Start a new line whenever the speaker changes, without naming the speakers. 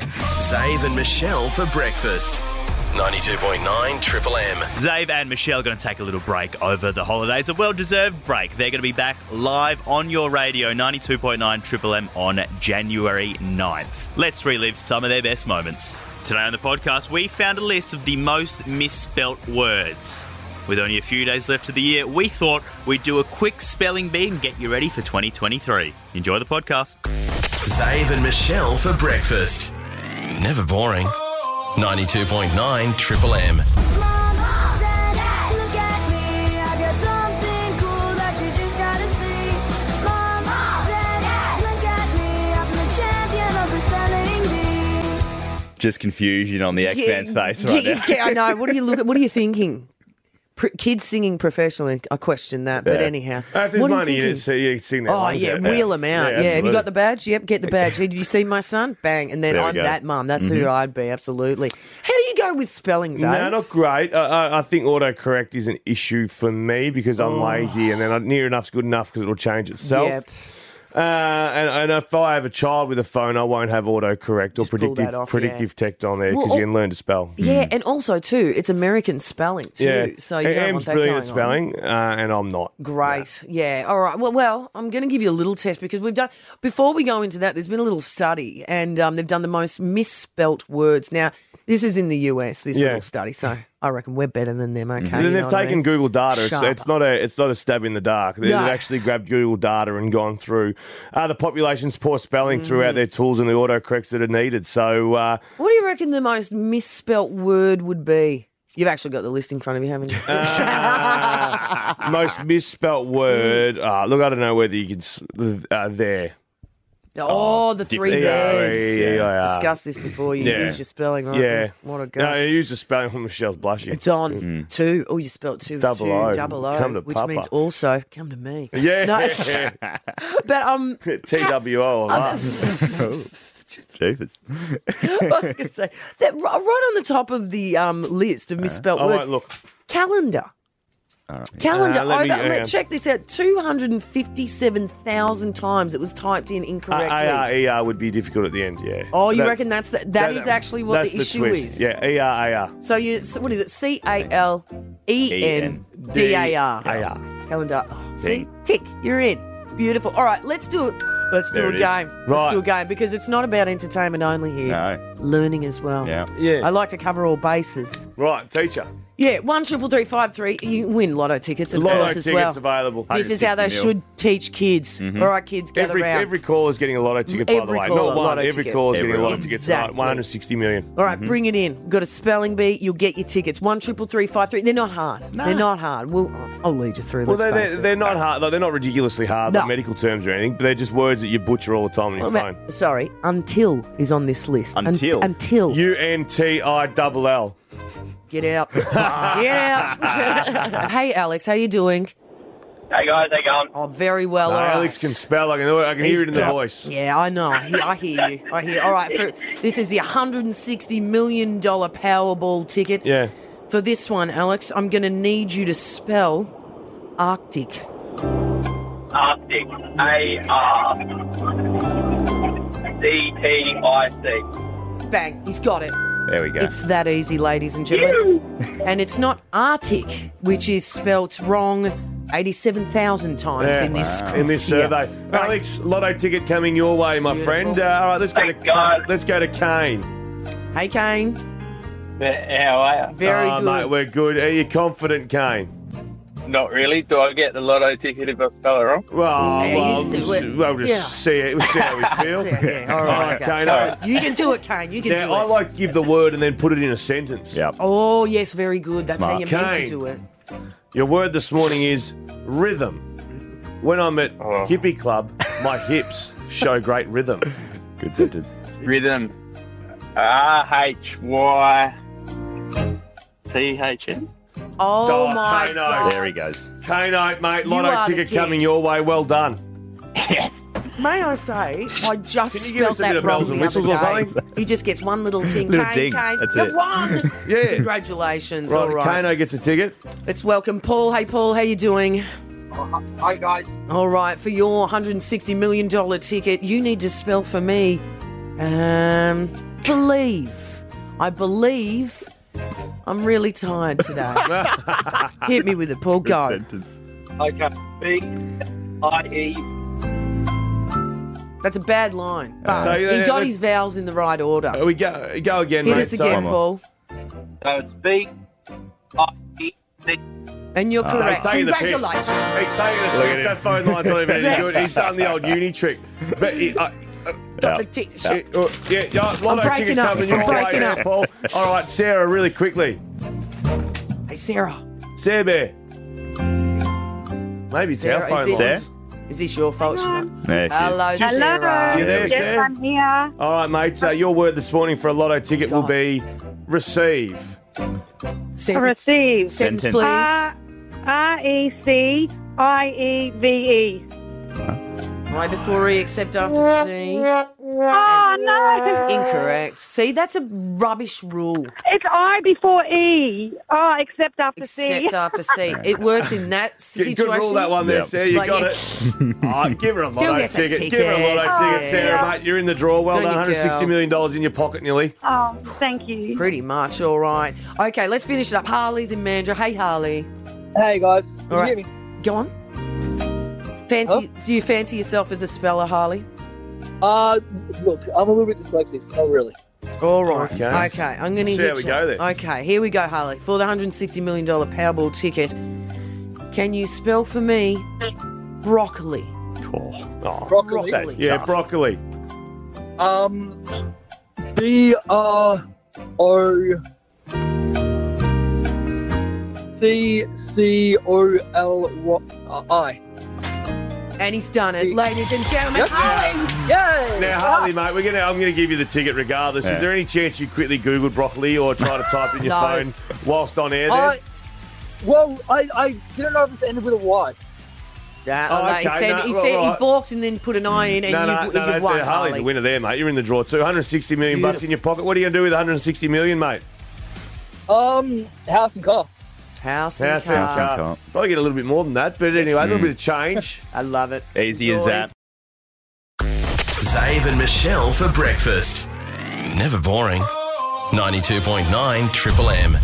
Zave and Michelle for breakfast. 92.9 Triple M.
Dave and Michelle are going to take a little break over the holidays, a well deserved break. They're going to be back live on your radio, 92.9 Triple M, on January 9th. Let's relive some of their best moments. Today on the podcast, we found a list of the most misspelt words. With only a few days left of the year, we thought we'd do a quick spelling bee and get you ready for 2023. Enjoy the podcast.
Zave and Michelle for breakfast. Never boring. 92.9 Triple M.
Mom, Dad, look at me. I got something cool that you just gotta see. Mom, Dad, look at me. I'm the champion of the spelling bee.
Just confusion on the X Man's face
yeah,
right
yeah,
now.
yeah, I know. What are you looking? What are you thinking? Pr- kids singing professionally, I question that. But
Yeah.
anyhow,
Uh, if there's
what are you
money in it,
thinking?
so you sing that.
Oh
one's
yeah,
out.
wheel them out. Yeah, have you got the
absolutely.
badge? Yep, get the badge. Hey, Did you see my son? Bang, and then
There we
I'm
go. Mm-hmm.
that mum. That's who I'd be. Absolutely. How do you go with spellings? eh?
No, not great. I, I, I think autocorrect is an issue for me because I'm lazy, and then I, near enough's good enough because it'll change itself.
Oh. Yep.
Uh, and, and if I have a child with a phone, I won't have autocorrect or
Just pull that
predictive
off, yeah.
predictive text on there
Well, oh,
because
al-
you can learn to spell.
Yeah, and also too, it's American spelling too. So you
And
don't
Em's
want that going
brilliant at
on.
spelling, uh, and I'm not.
Great. Yeah. All right. Well, well, I'm going to give you a little test because we've done, before we go into that, there's been a little study and um, they've done the most misspelt words. Now, this is in the US, this
Yeah.
little study. So I reckon we're better than them. Okay.
And
you
then
know
they've
what I
taken
mean?
Google data. It's,
Sharper.
it's not a it's not a stab in the dark. They,
No.
They've actually grabbed Google data and gone through uh, the population's poor spelling
Mm.
throughout their tools and the autocorrects that are needed. So uh,
What do you reckon the most misspelt word would be? You've actually got the list in front of you, haven't you?
Uh,
Ah.
most
Mm.
misspelt word. Uh, look, I don't know whether you can s- uh, there.
oh, the three
different-
there's.
Yeah, yeah, yeah.
Discussed this before. You
Yeah.
use your spelling, right?
Yeah.
What a go.
No, you use the spelling. Michelle's blushing.
It's on two. Oh, you spelt two. with
Double
two,
O.
Double O.
Come to
which
Papa.
means also come to me.
yeah.
No, but um,
TWO. I love.
Stupid.
I was going to say that r- right on the top of the um list of misspelt
I
words,
won't Uh, look.
calendar. Calendar
Uh, let me-
over.
hang on.
let, check this out. Two hundred and fifty-seven thousand times it was typed in incorrectly.
AR, ER would be difficult at the end, yeah.
oh, you
That-
reckon that's the,
that-
that is actually what
that's
the issue is.
twist. Yeah, ER, AR.
So you so what is it? C A L E N D A R.
AR.
Calendar. Oh, see,
Tick.
tick. You're in. Beautiful. All right, let's do it. Let's do
There
a
it is.
game. Let's
Right.
do a game because it's not about entertainment only here.
No.
Learning as well.
Yeah.
Yeah.
I like to cover all bases.
Right, teacher.
Yeah, one triple three five three. You win lotto tickets, of
Lotto
course, as
tickets
well.
available.
This is how they
160 mil.
should teach kids. All right, kids, gather
Every,
round.
every caller is getting a lot of tickets, by the
Every
way.
caller,
Not one.
lotto
Every
ticket.
caller is getting a lot of
Everyone.
tickets tonight.
Exactly.
160 million.
All right, bring it in. We've got a spelling bee. You'll get your tickets. One triple three five three. They're not hard. They're not hard. We'll, I'll lead you through.
Well,
let's
they're,
face
they're,
it.
they're not hard. Like, they're not ridiculously hard,
No.
like medical terms or anything, but they're just words that you butcher all the time on your
What
phone.
about- sorry, until is on this list. Un-
Until.
until.
U N T I double L.
Get out. Get out. hey, Alex, how you doing?
Hey guys, how you going?
Oh, very well. all right.
Alex can spell. I can, I can hear it in the voice.
Yeah, I know. I hear, I hear you. I hear. All right, for, this is the 160 million dollar Powerball ticket.
Yeah.
For this one, Alex, I'm going to need you to spell Arctic.
Arctic. A R D T I C.
Bang, he's got it.
There we go.
It's that easy, ladies and gentlemen. And it's not Arctic, which is spelt wrong 87,000 times
Yeah.
in this quiz
In this
here.
survey, Alex, lotto ticket coming your way, my
Beautiful.
friend. Uh, all right, let's go to
Thank God.
let's go to Kane.
Hey, Kane.
How are you?
Very
oh,
good.
mate, we're good. Are you confident, Kane?
Not really. Do I get the lotto ticket if I spell it wrong?
Well,
Yeah,
well,
he's-
s- well, just
yeah.
see it. We'll see how we feel.
Yeah, yeah, all right, okay.
Oh, Kane.
Go
all
on.
right.
You can do it, Kane. You can do
Now,
it.
I like to give the word and then put it in a sentence.
Yep.
oh, yes, very good. That's how
Smart.
you're meant to
Kane.
do it.
Your word this morning is rhythm. When I'm at hippie club, my hips show great rhythm.
Good sentence.
Rhythm. R H Y T H N.
Oh,
Oh,
my
Kano.
god.
There he goes.
Kano,
are
mate, lotto
the
ticket
king.
coming your way. Well done.
May I say, I just
Can you give
spelt
us a bit
that
of
wrong
bells and
the other
whistles or
day.
something?
He just gets one little ting.
Little
Kane,
ding.
Kane,
That's
you've
it.
won.
Yeah.
Congratulations.
Right,
All right.
Kano gets a ticket.
Let's welcome Paul. Hey, Paul, how you doing?
Hi guys.
All right, for your $160 million ticket, you need to spell for me Um, believe. I believe. I'm really tired today. Hit me with it, Paul. Go.
Okay. B I E.
That's a bad line. But
So,
Uh, he
Uh, yeah,
got
let's-
his vowels in the right order.
Uh, we go go again,
Hit
mate.
us again,
Sorry.
Paul.
So it's B I E C.
And you're correct.
He's taking Uh, the piss.
Congratulations.
He's taking the piss. That phone line's not even any good. He's done the old uni trick. But he, uh,
Got the tick-
Yeah, uh, yeah, yeah, Lotto
breaking
tickets
up.
coming
I'm
your
breaking
way,
up.
Paul. All right, Sarah, really quickly.
Hey, Sarah.
Sarah Bear. Maybe it's
Sarah,
our
is
phone
it-
lines.
Is this your fault? Hello,
Yeah,
Hello,
Hello.
Sarah.
You there,
yes,
Sarah?
I'm here.
All right, mate. So your word this morning for a lotto ticket will
Oh God.
be receive.
Sentence,
Receive.
Sentence.
sentence please.
R E C I E V E.
Right before E, except after C.
Oh no!
Incorrect. See, that's a rubbish rule.
It's I before E. Oh, except after C.
Except after C. It works in that
Good-
situation.
Good rule that one there,
Yep.
Sarah. You
Like,
got
yeah.
it. Oh, give her a
Still
lotto
gets a
ticket. Give her a lotto
ticket.
ticket, Sarah,
Yeah.
mate. You're in the draw. Well
Oh, Good on
done.
you,
160
girl.
million dollars in your pocket, nearly.
Oh, thank you.
Pretty much, all right. Okay, let's finish it up. Harley's in Mandra. Hey, Harley.
Hey guys, can
All right.
you hear me?
Go on. Fancy? Do you fancy yourself as a speller, Harley?
Uh, look, I'm a little bit dyslexic, so not really.
All right.
Okay.
Okay. I'm going to
See
hit
how we
you.
go then.
Okay, here we go, Harley. For the $160 million Powerball ticket, can you spell for me broccoli?
Oh,
Broccoli.
Broccoli.
that's, yeah, broccoli.
Um, B R O C C O L I.
And he's done it. Ladies and gentlemen,
Yep.
Harley!
Yay!
Now, Harley, mate, we're gonna. I'm gonna give you the ticket regardless.
Yeah.
Is there any chance you quickly Googled broccoli or try to type in your
No. Oh,
phone whilst on air? There,
I, well, I, I didn't know if this ended with a Y.
Yeah,
Oh,
like
okay,
he said,
no,
he,
right,
said he
right.
balked and then put an eye in, and
no, no,
you've,
no,
you've
no,
won,
Harley's
Harley.
the winner there, mate. You're in the draw too. 160 million bucks in your pocket. What are you gonna do with 160 million, mate?
Um, house and car.
House and
House and
car.
car.
car.
uh, Probably get a little bit more than that, but anyway, a little bit of change.
I love it.
Easy as
Enjoy.
that.
Zave and Michelle for breakfast. Never boring. 92.9 Triple M.